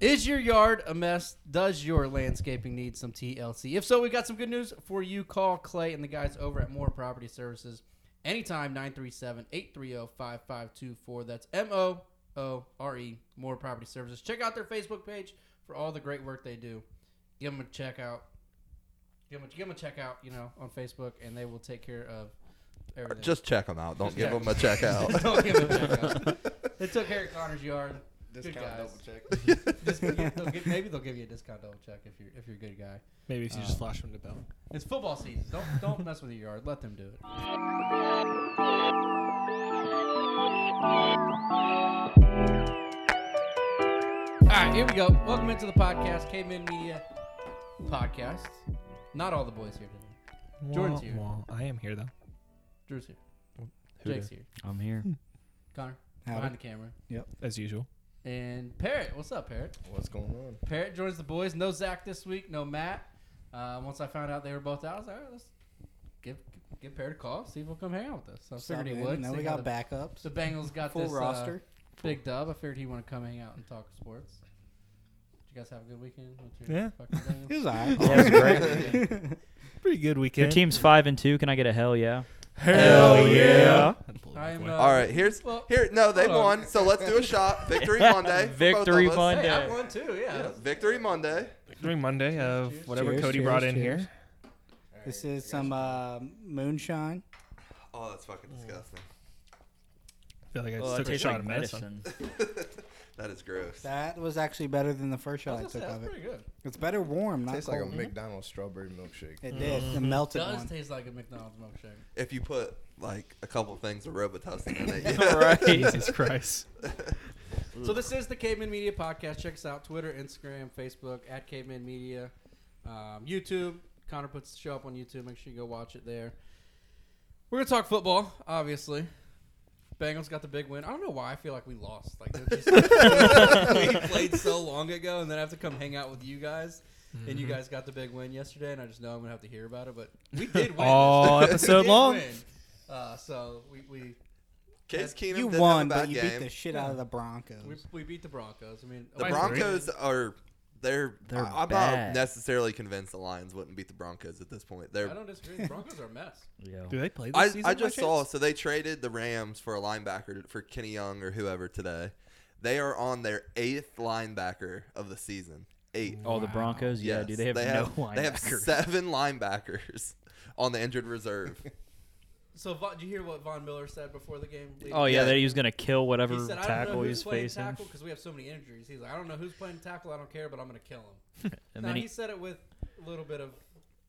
Is your yard a mess? Does your landscaping need some TLC? If so, we got some good news for you. Call Clay and the guys over at More Property Services anytime oh, 937-830-5524. That's M O O R E More Property Services. Check out their Facebook page for all the great work they do. Give them a check out. Give them a, give them a check out, you know, on Facebook and they will take care of Or everything. Just check them out. Don't Just give check. them a check out. Don't give them a check out. They took Eric Connor's yard. Discount guys. double check. Just- they'll give- maybe they'll give you a discount double check if you're if you're a good guy. Maybe if you Uh, just flash him the bell. It's football season. Don't don't mess with your yard. Let them do it. All right, here we go. Welcome into the podcast, Caveman Media Podcast. Not all the boys here today. Jordan's here. I am here though. Drew's here. Who Jake's did? here. I'm here. Connor behind Howdy. the camera. As usual. And Parrot, what's up, Parrot? What's going on? Parrot joins the boys. No Zach this week. No Matt. Uh, once I found out they were both out, I was like, all right, let's give give Parrot a call. See if he'll come hang out with us. So I figured he Something. would. Now see we how got the, backups. The Bengals got Full this uh, roster. big dub. I figured he'd want to come hang out and talk sports. Did you guys have a good weekend? with Yeah. fucking Bengals? It was alright. That was great. Pretty good Your weekend. team's five and two. Can I get a hell yeah? Hell yeah. I'm, uh, All right, here's Well, here. No, they hold on. won, so let's do a shot. Victory Monday. for both of Victory us. Monday. hey, I won too. Yeah. Yeah, Victory Monday. During Monday of Cheers. whatever Cheers, Cody cheers, brought in cheers. here. This is some uh, moonshine. Oh, that's fucking Mm. disgusting. I feel like I just took a shot of medicine. that is gross. That was actually better than the first I shot I, was gonna say, took that's of it. pretty good. It's better warm, not Tastes like cold. a McDonald's strawberry milkshake. it did. Mm-hmm. The melted Does one. taste like a McDonald's milkshake. If you put like a couple things of Robitussin in it, Right. Jesus Christ. So this is the Caveman Media podcast. Check us out: Twitter, Instagram, Facebook at Caveman Media, um, YouTube. Connor puts the show up on YouTube. Make sure you go watch it there. We're gonna talk football, obviously. Bengals got the big win. I don't know why I feel like we lost. Like they're just- we played so long ago, and then I have to come hang out with you guys. And Mm-hmm. you guys got the big win yesterday, and I just know I'm gonna have to hear about it. But we did win. All yesterday. We episode did long. win. Uh, so we, we Case Keenum You did won, have a but bad you game. beat the shit out of the Broncos. we we beat the Broncos. I mean, The away- Broncos are they're, They're I, am bad. not necessarily convinced the Lions wouldn't beat the Broncos at this point. I They're don't disagree. The Broncos are a mess. Do they play this I, season? by I just saw chance? so they traded the Rams for a linebacker for Kenny Young or whoever today. They are on their eighth linebacker of the season. Eight. Oh, the Wow. Broncos. Yeah, Yes. dude. They have no linebacker. They have seven linebackers on the injured reserve. So Von, did you hear what Von Miller said before the game? leaving? oh yeah, Yeah. that he was gonna kill whatever he said, "I don't know tackle who's he's playing facing. tackle because we have so many injuries." He's like, "I don't know who's playing tackle. I don't care, but I'm going to kill him." And now then he, he, said it with a little bit of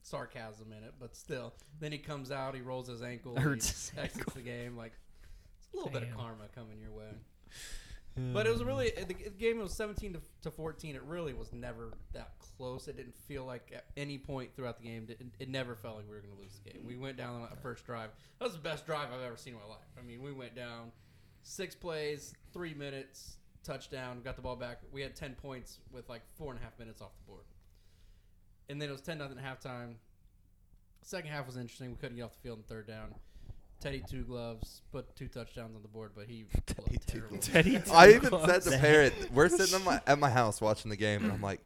sarcasm in it, but still. Then he comes out, he rolls his ankle, he Hurts his exits the game. Like it's a little bit of Damn. karma coming your way. But it was really uh, the g- game was 17 to, to 14. It really was never that close. It didn't feel like at any point throughout the game. It, it never felt like we were going to lose the game. We went down on that first drive. That was the best drive I've ever seen in my life. I mean, we went down six plays, three minutes, touchdown, got the ball back. We had 10 points with like four and a half minutes off the board. And then it was 10 nothing at halftime. Second half was interesting. We couldn't get off the field in third down. Teddy two gloves, put two touchdowns on the board, but he Teddy looked two terrible. Teddy. I even said to Parrot, we're sitting at my, at my house watching the game, and I'm like,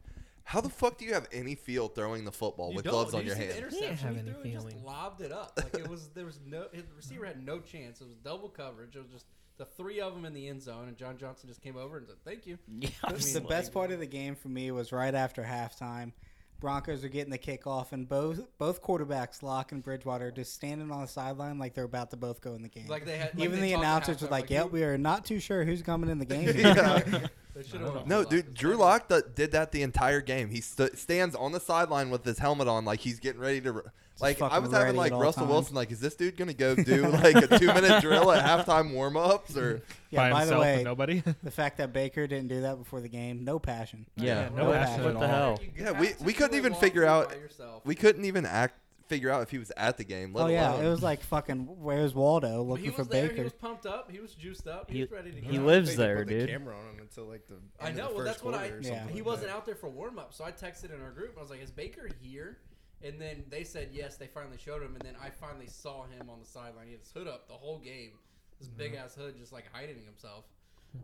how the fuck do you have any feel throwing the football You with don't. gloves Did on you your see the hand? interception have he any threw? He just feeling. lobbed it up. Like it was there was no his receiver had no chance. It was double coverage. It was just the three of them in the end zone, and John Johnson just came over and said, "Thank you." yeah, I was the like- best part of the game for me was right after halftime. Broncos are getting the kickoff, and both both quarterbacks, Locke and Bridgewater, are just standing on the sideline like they're about to both go in the game. Like they had like Even they the talked at announcers were halftime, like, you- "Yep, we are not too sure who's coming in the game." Yeah. they should have went No, with dude, Lock. Drew Lock th- did that the entire game. He st- stands on the sideline with his helmet on, like he's getting ready to. r like I fucking was ready having at like all Russell times. Wilson, like, is this dude gonna go do like a two minute drill at halftime warm ups or? by, Yeah, by the himself way, and nobody. the fact that Baker didn't do that before the game, no passion. Yeah, no what- action What at the all. hell? You Yeah, have we- to we couldn't do a even long figure throw out- by yourself. We couldn't even act figure out if he was at the game. Let Oh yeah, alone. it was like fucking where's Waldo But looking he for was there. Baker. He was pumped up. He was juiced up. He, He- was ready to go. he I don't lives think they there, put the dude. camera on him until like the. End I know. Of the Well, first that's what I. quarter or Yeah. something He like wasn't that. out there for warm up, so I texted in our group. I was like, "Is Baker here?" And then they said yes. They finally showed him, and then I finally saw him on the sideline. He had his hood Mm-hmm. up the whole game. This big ass hood, just like hiding himself.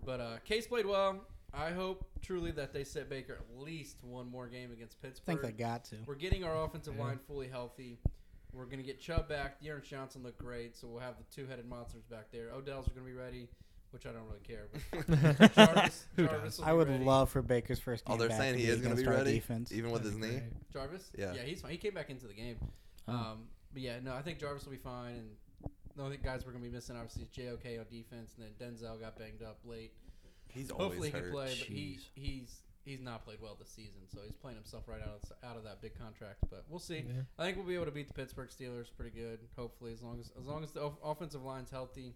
But uh, Case played well. I hope truly that they sit Baker at least one more game against Pittsburgh. I think they got to. We're getting our offensive Yeah. line fully healthy. We're going to get Chubb back. De'Aaron Johnson looked great, so we'll have the two-headed monsters back there. Odell's going to be ready, which I don't really care. But Jarvis, Who does? Jarvis will I be would ready. love for Baker's first game. Oh, they're back saying he is going to be against our ready, Defense. even with his That'd be knee. great. Jarvis. Yeah. he's fine. He came back into the game. Oh. Um, but yeah, no, I think Jarvis will be fine. And the only guys we're going to be missing obviously is JOK on defense, and then Denzel got banged up late. He's always Hopefully he can hurt. play, but he, Jeez. he's he's not played well this season, so he's playing himself right out of, out of that big contract. But we'll see. Yeah. I think we'll be able to beat the Pittsburgh Steelers pretty good. Hopefully, as long as as long as the off- offensive line's healthy,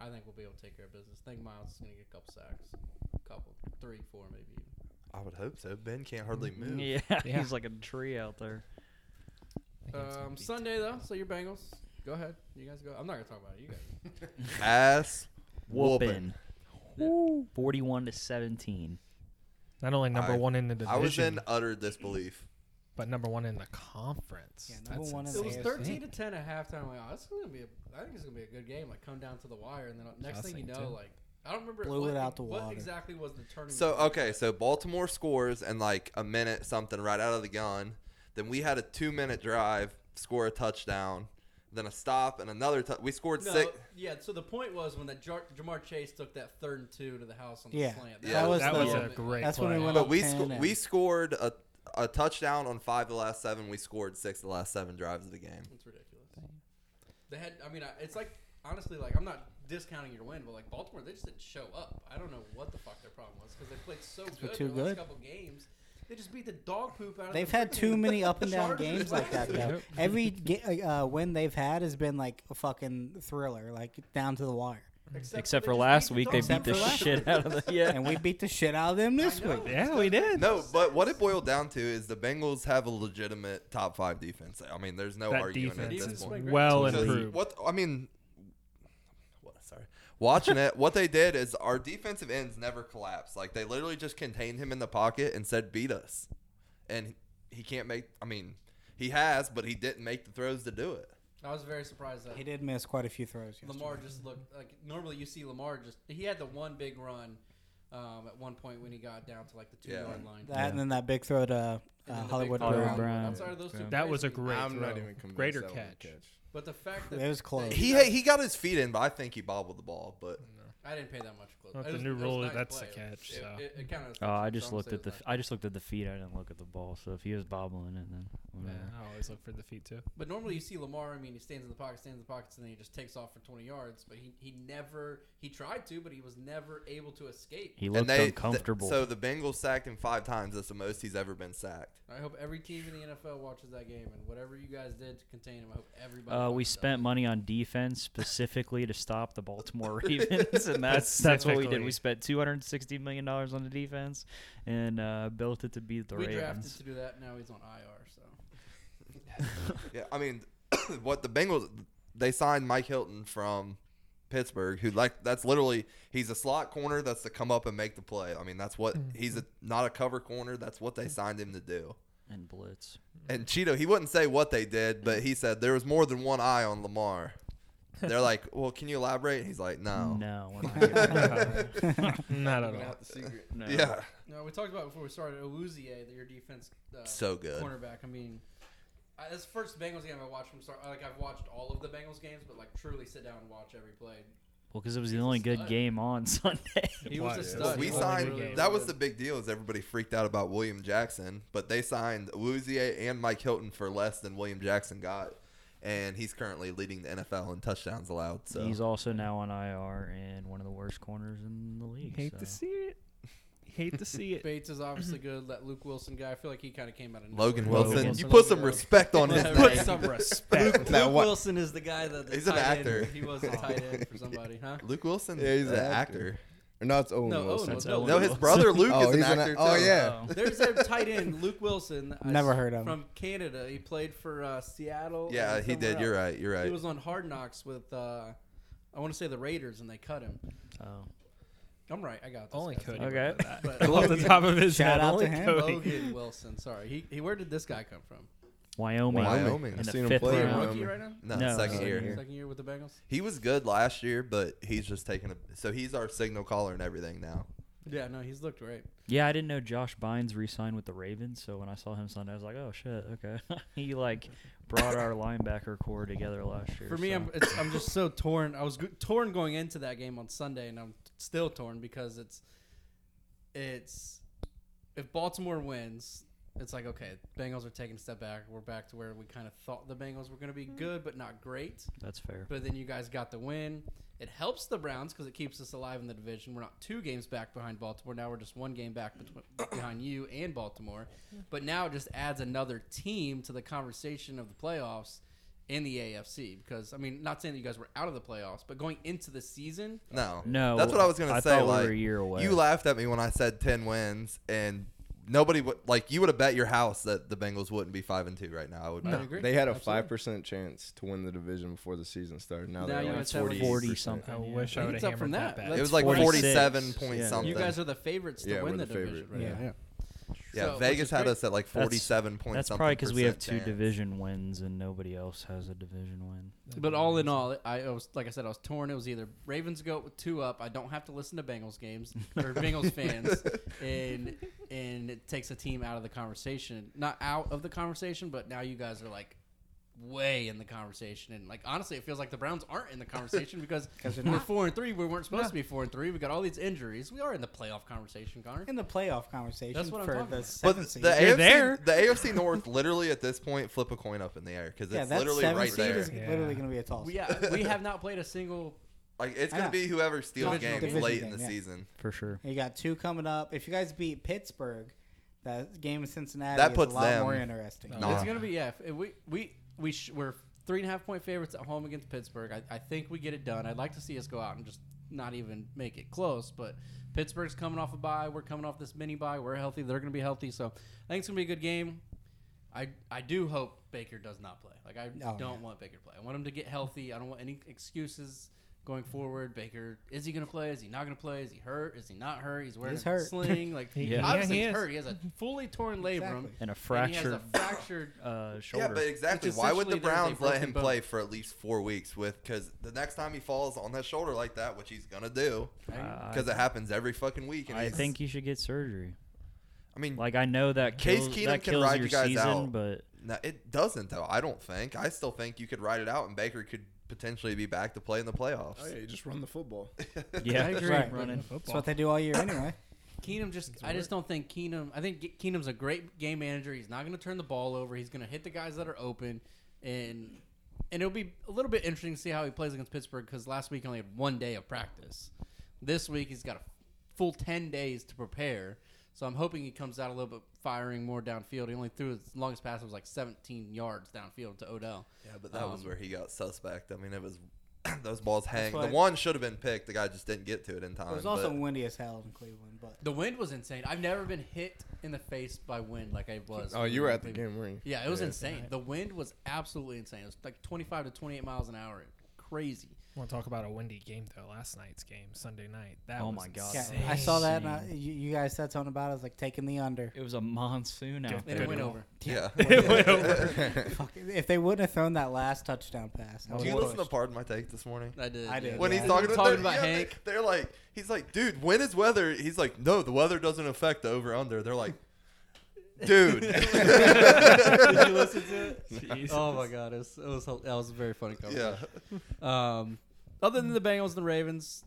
I think we'll be able to take care of business. I think Miles is going to get a couple sacks, couple, three, four, maybe. Even. I would hope so. Ben can't hardly move. Yeah, Yeah. he's like a tree out there. I think it's gonna Um, be- Sunday though, so your Bengals. Go ahead, you guys go. I'm not gonna talk about it. You guys. Ass Whooping. whooping. Woo. 41 to 17. Not only number I- one in the I division, was in utter disbelief. but number one in the conference. Yeah, number one in It the was AFC. 13 to 10 at halftime. Like, oh, this is gonna be. A, I think it's gonna be a good game. Like, come down to the wire, and then next was thing you thinking, know, too. like, I don't remember Blew what, it out the what water. exactly was the turning. So point. okay, so Baltimore scores and like a minute something right out of the gun. Then we had a two minute drive, score a touchdown, then a stop and another. T- we scored No, six. yeah. So the point was when that Jar- Jamar Chase took that third and two to the house on the Yeah. slant. Yeah. That was that the- was a moment. great. That's play. when we went But up we 10 sco- and- we scored a a touchdown on five of the last seven. We scored six of the last seven drives of the game. It's ridiculous. They had. I mean, I, it's like honestly, like I'm not discounting your win, but like Baltimore, they just didn't show up. I don't know what the fuck their problem was because they played so they're good too the last good. couple games. They just beat the dog poop out. They've of the had too freaking many up and down Chargers games like that last year. though. Every ga- uh, win they've had has been like a fucking thriller, like down to the wire. Except, Except for they just last beat week, they Dolphins. beat the Except for shit out of the. Yeah. And we beat the shit out of them this I know. week. Yeah, we did. No, but what it boiled down to is the Bengals have a legitimate top five defense. I mean, there's no that arguing defense at is this Defense point. played great. well Just improved. What I mean, what, sorry. Watching it, what they did is our defensive ends never collapsed. Like they literally just contained him in the pocket and said, "Beat us," and he can't make. I mean, he has, but he didn't make the throws to do it. I was very surprised that He did miss quite a few throws. Yesterday. Lamar just looked like normally you see Lamar just he had the one big run um, at one point when he got down to like the two Yeah. yard line. That and then that big throw to And uh, then the big Hollywood throw. Brown. Brown. Brown. Outside of those two That was a plays, we- great I'm not throw. even convinced. Greater that was a catch. But the fact that It was close. He ha- he got his feet in, but I think he bobbled the ball. But I didn't pay that much close. Well, It the was- new it was rule is nice that's the play. catch, It, so. it, it kinda was Oh, I close, just so I'm looked saying at the. it was nice. I just looked at the feet. I didn't look at the ball. So if he was bobbling it, then Yeah, whatever. I always look for the feet too. But normally you see Lamar. I mean, he stands in the pocket, stands in the pockets, and then he just takes off for 20 yards. But he, he never he tried to, but he was never able to escape. he and looked they th- uncomfortable. so the Bengals sacked him five times. That's the most he's ever been sacked. I hope every team in the NFL watches that game, and whatever you guys did to contain him, I hope everybody. uh, we fucking does. spent money on defense specifically to stop the Baltimore Ravens, and that's that's what we did. Specifically. We spent two hundred sixty million dollars on the defense, and uh, built it to beat the We drafted Ravens. to do that. Now he's on IR. So Yeah, I mean, what the Bengals they signed Mike Hilton from Pittsburgh, who like that's literally he's a slot corner that's to come up and make the play. I mean, that's what he's a, not a cover corner. That's what they signed him to do. and blitz. And Cheeto, he wouldn't say what they did, but he said there was more than one eye on Lamar. They're like, well, can you elaborate? And he's like, no. No, we're not giving that up. Not at Gonna all. have the secret. no. Yeah, no, we talked about before we started. Oluzie, your defense. Uh, so good. cornerback. I mean, I, this first Bengals game I watched from start. Like I've watched all of the Bengals games, but like truly sit down and watch every play. Well, because it was the He's a only good stud. game on Sunday. He was a was. stud. Well, we Only He was signed. really, good game. That was the big deal. Is everybody freaked out about William Jackson? But they signed Louisier and Mike Hilton for less than William Jackson got, and he's currently leading the NFL in touchdowns allowed. So He's also now on IR and one of the worst corners in the league. Hate so. to see it. Hate to see it. Bates is obviously good. That Luke Wilson guy. I feel like he kind of came out of nowhere. Logan Logan Wilson. Wilson. You put some respect on his Yeah, name. right. Some Luke, respect. Luke Now what- Wilson is the guy that the He's an tight actor. End, he was a tight end for somebody, huh? Luke Wilson. Yeah, he's an an actor. actor. Or no, it's Owen No, Owen Wilson. Wilson. Owen No, his brother Luke Oh, is an he's an actor. a- oh, too. yeah. Oh. There's a tight end, Luke Wilson. I Never s- heard of him. From Canada, he played for uh, Seattle. Yeah, and he somewhere did. You're else. right. You're He right. was on Hard Knocks with, uh, I want to say the Raiders, and they cut him. Oh. I'm right. I got this. Only guys. Cody. Okay. would know that. But- Off the top of his head, Shout out to only him. Cody. Logan Wilson. Sorry, he, he. Where did this guy come from? Wyoming. Wyoming. In I've the seen him fifth play in round. Wyoming. Rookie right No, now. No, second second year. year. Second year with the Bengals. He was good last year, but he's just taking a. So he's our signal caller and everything now. Yeah, no, he's looked great. Yeah, I didn't know Josh Bynes re-signed with the Ravens, so when I saw him Sunday, I was like, "Oh shit, okay." he like brought our linebacker core together last year. For me, so. I'm it's, I'm just so torn. I was g- torn going into that game on Sunday, and I'm still torn because it's it's if Baltimore wins, it's like okay, Bengals are taking a step back. We're back to where we kind of thought the Bengals were going to be good, but not great. that's fair. But then you guys got the win. It helps the Browns because it keeps us alive in the division. We're not two games back behind Baltimore. Now we're just one game back betw- behind you and Baltimore. But now it just adds another team to the conversation of the playoffs in the AFC. Because, I mean, not saying that you guys were out of the playoffs, but going into the season, No, No, That's what I was gonna I say. thought we like were a year away. you laughed at me when I said ten wins, and nobody would like you would have bet your house that the Bengals wouldn't be five and two right now. I would. I agree. They had a Absolutely. five percent chance to win the division before the season started. Now, Now you they're would like say like 40 40 something. I Yeah. wish I I think would it's have up from hammered that. that. back. It That's was like 46. forty-seven point Yeah. something. You guys are the favorites to Yeah, win we're the, the division. favorite. Right Yeah. now. yeah, So, which Vegas is had great. us at like That's- forty-seven point That's something probably because we have two percent chance. division wins and nobody else has a division win. But all in all, I, I was like I said, I was torn. It was either Ravens go up with two up. I don't have to listen to Bengals games or Bengals fans, and and it takes a team out of the conversation. Not out of the conversation, but now you guys are like way in the conversation. And like honestly, it feels like the Browns aren't in the conversation because we're four and three. We weren't supposed to be four and three. We got all these injuries. We are in the playoff conversation, Connor. in the playoff conversation That's what I'm for talking the about. But seventh the seed. AFC, there. the AFC North, literally at this point, flip a coin up in the air because yeah, it's that literally seventh right seed there. is Yeah. literally going to be a toss. We, yeah, we have not played a single. Like it's I gonna know. be whoever steals Divisional games game. late in Division the game, yeah. season. For sure. You got two coming up. If you guys beat Pittsburgh, that game in Cincinnati That is puts a lot them- more interesting. No. Nah. It's gonna be yeah. If, if we we we sh- we're three and a half point favorites at home against Pittsburgh. I, I think we get it done. I'd like to see us go out and just not even make it close. But Pittsburgh's coming off a bye. We're coming off this mini bye. We're healthy. They're gonna be healthy. So I think it's gonna be a good game. I I do hope Baker does not play. Like I Oh, don't yeah. want Baker to play. I want him to get healthy. I don't want any excuses. Going forward, Baker is he going to play? Is he not going to play? Is he hurt? Is he not hurt? He's wearing He's a hurt. sling. Like Yeah. Yeah, he obviously he's is. hurt. He has a fully torn labrum. Exactly. And a And he has fractured a fractured uh, Yeah, shoulder. but exactly. Which Why would the essentially there's a Browns let broken him bone. play for at least four weeks with? Because the next time he falls on that shoulder like that, which he's gonna do, Uh, because it happens every fucking week. And I he's- think you should get surgery. I mean, Like I know that Case kills, Keenum that can kills ride your you guys season, out. but no, it doesn't though. I don't think. I still think you could ride it out, and Baker could potentially be back to play in the playoffs. Oh yeah, you just run the football. yeah, I agree. Right. running. That's what they do all year anyway. Keenum just I just don't think Keenum I think Ge- Keenum's a great game manager. He's not going to turn the ball over. He's going to hit the guys that are open and and it'll be a little bit interesting to see how he plays against Pittsburgh cuz last week he only had 1 day of practice. This week he's got a full 10 days to prepare. So I'm hoping he comes out a little bit firing more downfield. He only threw his longest pass was like 17 yards downfield to Odell. Yeah, but that was Um, where he got suspect. I mean, it was those balls hang. The why- one should have been picked. The guy just didn't get to it in time. It was also but- windy as hell in Cleveland, but The wind was insane. I've never been hit in the face by wind like I was. Oh, you were at the game, were you? Yeah, it was insane. The wind was absolutely insane. It was like 25 to 28 miles an hour. Crazy. want to talk about a windy game though? Last night's game, Sunday night. That Oh was my Ah, God. yeah, insane. I saw that. And I, you, you guys said something about it. I was like taking the under. It was a monsoon out And there. it went over. yeah. Fuck, if they wouldn't have thrown that last touchdown pass, I Do would've you listen to pushed. Pardon My Take this morning? I did. I did. yeah. when Yeah. he's talking, We're about- talking they're- about yeah, they- Hank. They're like, he's like, dude, when is weather? He's like, no, the weather doesn't affect the over under. They're like, dude, did you listen to it? Jesus. Oh my god, it was it was that was a very funny conversation. yeah. Um, other than the Bengals and the Ravens,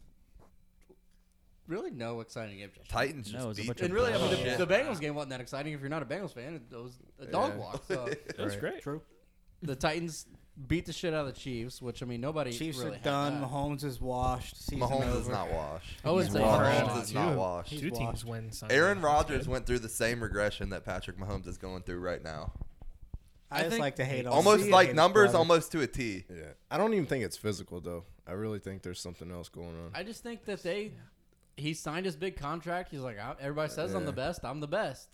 really no exciting game. Titans No, it just was a beat. bunch of And really, I mean, Shit. the, the Bengals game wasn't that exciting. If you're not a Bengals fan, it was a dog Yeah. walk. So That was great. True. the Titans beat the shit out of the Chiefs, which I mean, nobody. Chiefs really are had done. that. Mahomes is washed. Season Mahomes is over. not washed. I would He's say washed. Mahomes Mahomes is not washed. He's Two teams washed. win. Sunday. Aaron That's Rodgers good. went through the same regression that Patrick Mahomes is going through right now. I, I just think- like to hate on Almost Seahawks, like numbers, brother. almost to a T. Yeah. I don't even think it's physical though. I really think there's something else going on. I just think that they he signed his big contract. He's like, "I- everybody says I'm the best. I'm the best.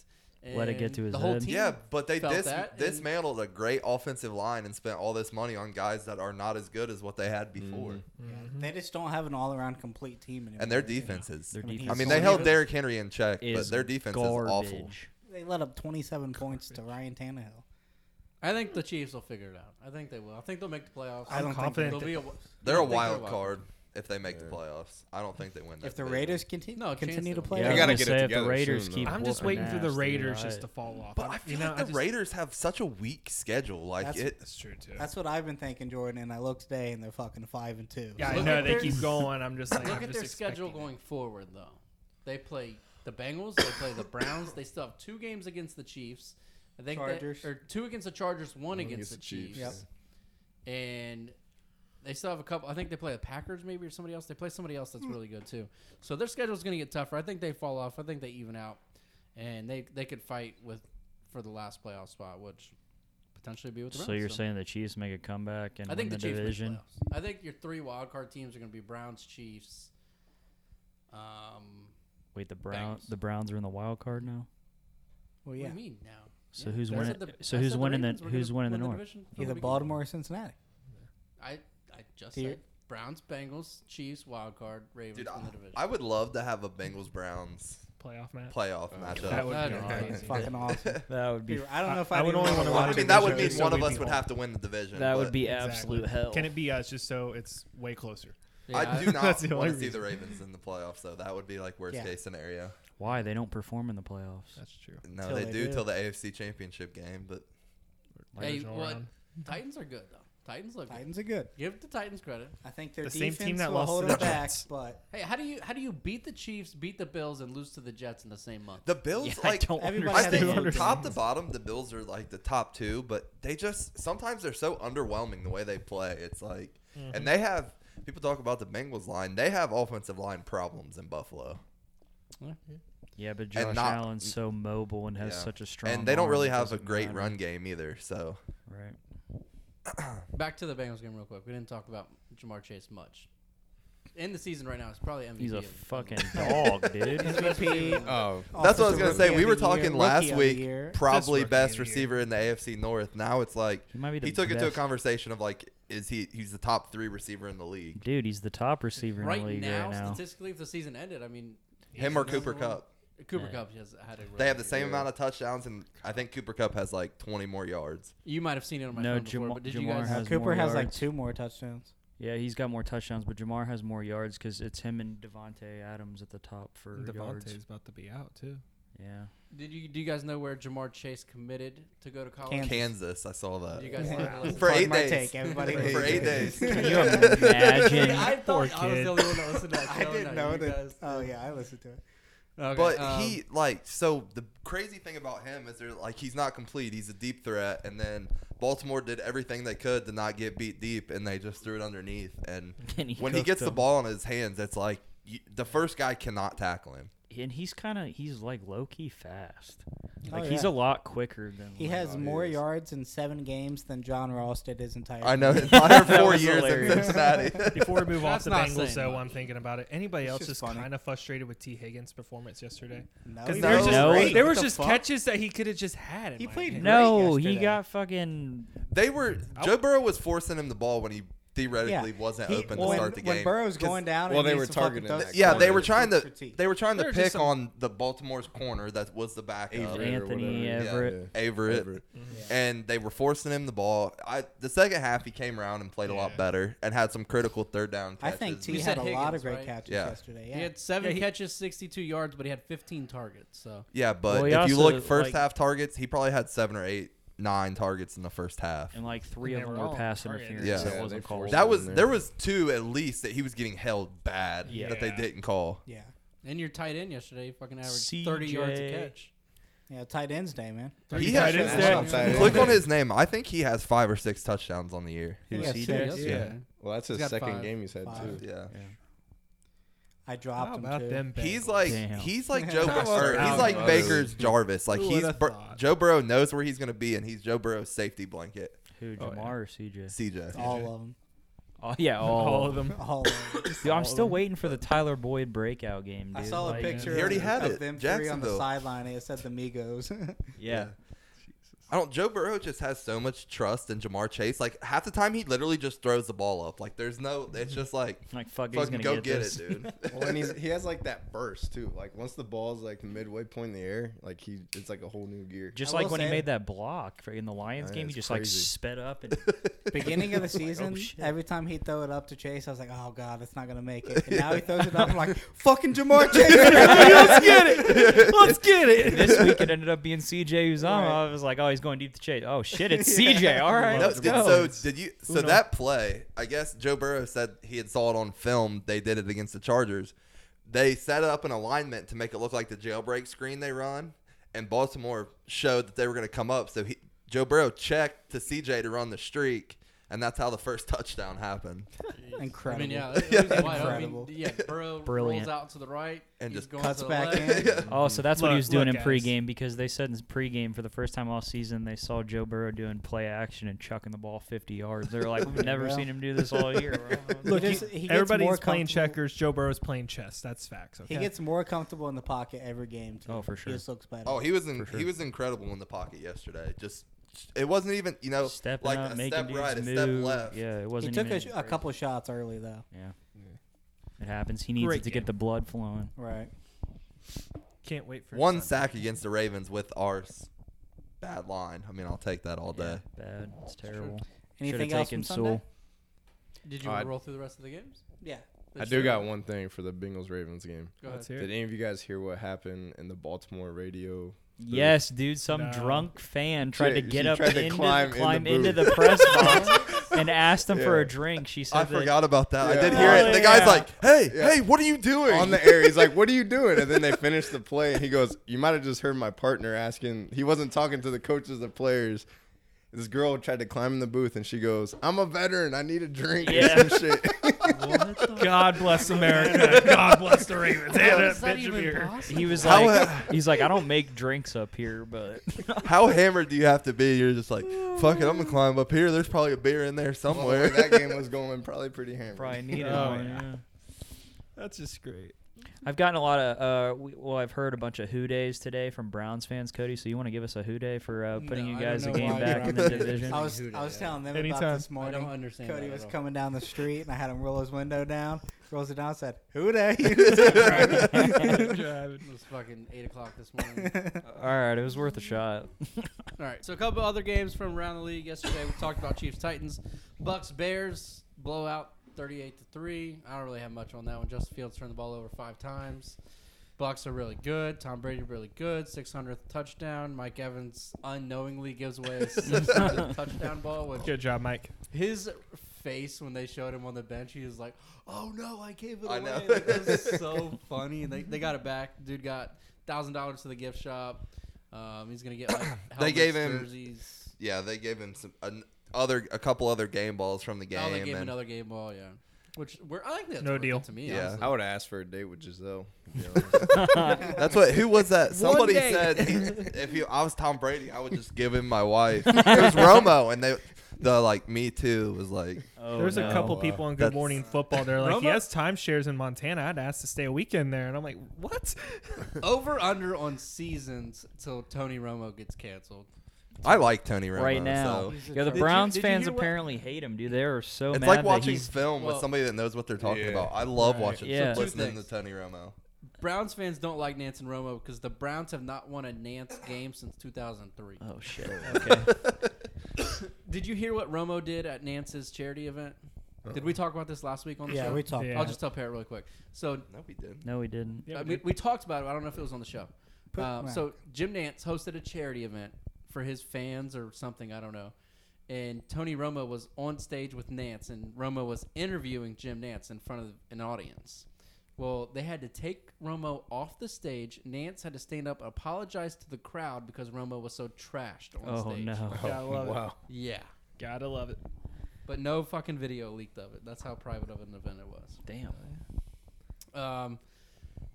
Let it get to And his the whole head. Team Yeah, but they felt dis- that, and- dismantled a great offensive line and spent all this money on guys that are not as good as what they had before. Yeah, They just don't have an all-around complete team anymore. And their defenses. Their I mean, I defense. mean, is they so held good. Derrick Henry in check, is but their defense is awful. garbage. They let up 27 points to Ryan Tannehill. I think the Chiefs will figure it out. I think they will. I think they'll make the playoffs. I don't think confident they'll be a, They're a I think wild card. if they make the Yeah. playoffs. I don't think they win. that If the division. Raiders continue No, continue chance to they play, Yeah, I we was gotta gonna get it say, if together the Raiders soon, though. keep I'm I'm just whooping waiting for the ass, dude, Raiders I- just to fall off. but I'm- I feel you know, like I the just- Raiders have such a weak schedule. Like That's- it, That's true too. that's what I've been thinking, Jordan. And I look today, and they're fucking five and two. yeah, I Look know at they their- keep going. I'm just like, Look I'm at just their schedule expecting it. going forward, though. They play the Bengals. They play the Browns. They still have two games against the Chiefs. I think that- Chargers. or two against the Chargers, one, against, the Chiefs. Yep. And they still have a couple. I think they play the Packers, maybe, or somebody else. They play somebody else Hmm. that's really good too. So their schedule's going to get tougher. I think they fall off. I think they even out, and they they could fight with for the last playoff spot, which potentially be with the So Browns, you're saying the Chiefs make a comeback and I think win the, the, Chiefs make division? playoffs. I think your three wild card teams are going to be Browns, Chiefs. Um, Wait, the Brown Bengals. the Browns are in the wild card now. well, what yeah, do you mean now? So Yeah, who's I winning- said the- so I who's said winning the- Ravens were who's gonna winning the win North? division from the either beginning. Baltimore or Cincinnati. I I just Do you- said Browns, Bengals, Chiefs, wild card, Ravens dude, I, in the division. I would love to have a Bengals Browns playoff match. playoff that matchup. would That'd be be It's crazy. fucking awesome. That would Dude, I don't know if I, I would even only wanna wanna Well, I watch mean, it that because would there's mean so one of many us would people. have to win the division. That would but be Exactly. absolute hell. Can it be us just so it's way closer? Yeah, I do That's not the want to only see the reason. Ravens in the playoffs, though. That would be like worst Yeah. case scenario. Why they don't perform in the playoffs? That's true. No, Till they, they do do. till the AFC Championship game, but Hey, Divisional what- round. Titans are good though. Titans look. Good. Titans are good. Give the Titans credit. I think their The same defense team that will lost hold to them the back, Jets. but Hey, how do you how do you beat the Chiefs, beat the Bills, and lose to the Jets in the same month? the Bills Yeah, like I don't Everybody I had understand. their think own top teams. to bottom, the Bills are like the top two, but they just sometimes they're so underwhelming the way they play. It's like, and they have people talk about the Bengals line. They have offensive line problems in Buffalo, Yeah, but Josh not- Allen's so mobile and has Yeah. such a strong. and they don't arm, really it have a doesn't great matter. run game either. So Right. Back to the Bengals game real quick. We didn't talk about Jamar Chase much. In the season right now, it's probably MVP. He's a of- fucking dog, dude. He's the best receiver in the Oh, that's what I was offensive gonna say. rookie We of were the year, talking rookie of last the week, year. probably Rookie of best the year. receiver in the AFC North. Now it's like He might be the he took it to a best- conversation of like, is he? He's the top three receiver in the league. Dude, he's the top receiver in right the league now, right now. statistically, if the season ended, I mean, Him he's or the Cooper number one- Cup. Cooper Yeah. Cup has had a. Really They have the same good year. amount of touchdowns, and I think Cooper Cup has like 20 more yards. You might have seen it on my No, phone before, Jamar- but did you Jamar guys? has Cooper more has like yards. two more touchdowns. Yeah, he's got more touchdowns, but Jamar has more yards because it's him and Devonte Adams at the top for yards. Devontae's about to be out too. Yeah. Did you do you guys know where Jamar Chase committed to go to college? Kansas. Kansas, I saw that. Did you guys Wow. listen? For Pardon eight my days. take, everybody. For eight days. Can you imagine? I Poor thought I was kid. the only one that listened to that. I show, didn't now know you that. guys- Oh yeah, I listened to it. Okay, But um, he like so the crazy thing about him is they're like he's not complete. He's a deep threat, and then Baltimore did everything they could to not get beat deep, and they just threw it underneath. And And when he cooked gets the him. ball in his hands, it's like you, the first guy cannot tackle him. and he's kind of he's like low key fast. Like yeah. he's a lot quicker than He like- has God, more he is. yards in seven games than John Ross did his entire. I know career. his entire That four was years hilarious. in Cincinnati. Before we move off That's the not Bengals, saying though, much. I'm thinking about it. Anybody It's else just just funny. kind of frustrated with T. Higgins' performance yesterday? No, Because he there was played just, No. great. there What was the just fuck? catches that he could have just had. in He my played opinion. no, he yesterday. got fucking They were I- Joe Burrow was forcing him the ball when he theoretically Yeah. wasn't He- open to when, start the when game. Burrow's 'Cause- going down, well, and they he were needs to fucking targeting throw that some Yeah, corner. they shit. were trying to Critique. they were trying to There are just pick some- on the Baltimore's corner that was the backup. Avery or Anthony whatever. Everett. Yeah. Everett. Everett. And they were forcing him the ball. I the second half he came around and played a lot Yeah. better and had some critical third down I catches. think T You had said a lot Higgins, of great right? catches Yeah. yesterday. he Yeah, had seven Yeah, he- catches, sixty-two yards, but he had fifteen targets. So yeah, but Well, he if you also, look first like- half targets, he probably had seven or eight, nine targets in the first half. and like three And of they them were were all pass targeted. interference Yeah. that Yeah, wasn't they called. forced That Wasn't was there. there was two at least that he was getting held bad that they Yeah. didn't call. yeah, and your tight end yesterday, he fucking averaged thirty CJ. yards a catch. yeah. Tight ends day, man. He tight has- ends there. Tight ends. Click on his name. I think he has five or six touchdowns on the year. Who, Yeah, CJ? Yes, Yeah. yeah. Well, that's He's his got second five. game he's had Five. too. Yeah. I dropped How him about too. them? He's Bengals? like Damn. he's like Joe That Burrow. was He's like out. Baker's Jarvis. Like Who he's would've Bur- thought? Joe Burrow knows where he's gonna be, and he's Joe Burrow's safety blanket. Who Jamar Oh, yeah. or CJ? CJ. All of them. Oh yeah, all, all of them. them. All of them. Dude, I'm still waiting for the Tyler Boyd breakout game. Dude. I saw a Like, picture He already of, had of it. them three on the Jacksonville. sideline. and It said the Migos. Yeah, I don't. Joe Burrow just has so much trust in Jamar Chase. Like half the time, he literally just throws the ball up. Like there's no. It's just like Like fuck, it, he's fucking gonna go get, get, this. it, dude. Well, and he's, he has like that burst too. Like once the ball's like the midway point in the air, like he it's like a whole new gear. Just I like will when he say- made that block for, in the Lions Yeah, game, he it's just like crazy. sped up and oh, Beginning of the oh, season, shit. every time he throw it up to Chase, I was like, "Oh God, it's not gonna make it." And now he throws it up, I'm like, "Fucking Jamar Chase!" let's get it, let's get it. And this week it ended up being CJ Uzama. Right. I was like, oh, he's going deep to chase. Oh shit, it's CJ. All right, No, let's did- go. so did you? So Uno. that play, I guess Joe Burrow said he had saw it on film. They did it against the Chargers. They set up an alignment to make it look like the jailbreak screen they run, and Baltimore showed that they were going to come up. So he, Joe Burrow checked to CJ to run the streak, and that's how the first touchdown happened. I Incredible. mean, yeah, it was wide open. Incredible. yeah, Burrow Brilliant. rolls out to the right And he's just going Cuts to the back left. in. Oh, so that's what he Look- was doing look, in guys. pregame because they said in pregame for the first time all season they saw Joe Burrow doing play action and chucking the ball 50 yards. They're like, we've never Well. seen him do this all year. Look, he, he gets more Everybody's playing comfortable- checkers. Joe Burrow's playing chess. That's facts. Okay. He gets more comfortable in the pocket every game. Too. Oh, for sure. He just looks better. Oh, he was in, For sure. he was incredible in the pocket yesterday. Just it wasn't even you know Stepping like up, a making step dudes right, move. a step left. Yeah, it he wasn't. took even a, sh- a couple shots early though. Yeah. It happens. He needs Great it to game. get the blood flowing. Right. Can't wait for One Sunday. sack against the Ravens with our s- bad line. I mean, I'll take that all Yeah, day. bad. It's terrible. Should have Anything else taken from Sunday? Sewell. Did you Oh, want I- to roll through the rest of the games? Yeah. I do got one thing for the Bengals Ravens game. Go Let's ahead. hear Did it. any of you guys hear what happened in the Baltimore radio? Yes, dude. Some No. drunk fan tried to She- get she up tried to into, climb in the climb into booth. the press box and asked him for Yeah. a drink. She said I that forgot about that. I Yeah. did hear it. The guy's Yeah. like, "Hey, Yeah. hey, what are you doing?" On the air, he's like, "What are you doing?" And then they finish the play, and he goes, "You might have just heard my partner asking. He wasn't talking to the coaches, the players. This girl tried to climb in the booth, and she goes, "I'm a veteran. I need a drink Yeah. or some shit." God bless America. God bless the Ravens. And that bitch of beer. He was How- like, he's like, I don't make drinks up here, but How hammered do you have to be? You're just like, "Fuck it, I'm gonna climb up here. There's probably a beer in there Well, the way somewhere." that game was going probably pretty hammered. probably needed Oh, one. yeah. yeah. That's just great. I've gotten a lot of, uh, we, well, I've heard a bunch of who days today from Browns fans, Cody. So you want to give us a who day for uh, putting No, you I don't guys a know game why back you're in the on that. division? I was Who did I was that? telling them Anytime. about this I morning. don't understand. Cody that was at all. coming down the street, and I had him roll his window down. Rolls it down, said, "Who day?" Driving. It was fucking eight o'clock this morning. All right, it was worth a shot. All right, so a couple other games from around the league yesterday. We talked about Chiefs, Titans, Bucks, Bears blowout, thirty-eight to three. I don't really have much on that one. Justin Fields turned the ball over five times. Bucks are really good. Tom Brady really good. Six hundredth touchdown. Mike Evans unknowingly gives away a six hundredth touchdown ball, which Good job, Mike. his face when they showed him on the bench, he was like, "Oh no, I gave it I away!" know. Like, that was so funny. And they, they got it back. Dude got thousand dollars to the gift shop. Um, he's gonna get like They helmets, gave him- jerseys. Oh, yeah, they gave him some an, other a couple other game balls from the game. oh, they gave him and- another game ball. Yeah, which we're I think that's No worth it deal. to me. Yeah. honestly. I would have asked for a date with Giselle. That's what. Who was that? Somebody day. said he- if you, I was Tom Brady, I would just give him my wife. It was Romo, and they the like me too was like Oh, There's no. a couple people on Good That's- Morning Football. They're like, he Roma? has timeshares in Montana. I'd ask to stay a weekend there, and I'm like, what? Over under on seasons till Tony Romo gets canceled. I like Tony Romo right now. so- Yeah, the Did you- Browns did you fans hear what- apparently hate him, dude. They are so It's mad like that watching he's- film with Well- somebody that knows what they're talking Yeah. about. I love Right. watching, Yeah. So two listening to things. Tony Romo. Browns fans don't like Nance and Romo because the Browns have not won a Nance game since 2003. Oh shit. Okay. Did you hear what Romo did at Nance's charity event? Did we talk about this last week on the yeah, show? we talked. Yeah. I'll just tell Parrot really quick. So No, we didn't. No, he didn't. Yeah, I we mean, did. we talked about it. I don't know if it was on the show. Put- Um, wow. so Jim Nance hosted a charity event for his fans or something. I don't know. And Tony Romo was on stage with Nance, and Romo was interviewing Jim Nance in front of an audience. Well, they had to take Romo off the stage. Nance had to stand up, and apologize to the crowd because Romo was so trashed on Oh stage. no. Gotta love it. wow. Yeah. Gotta love it. But no fucking video leaked of it. That's how private of an event it was. Damn. Um,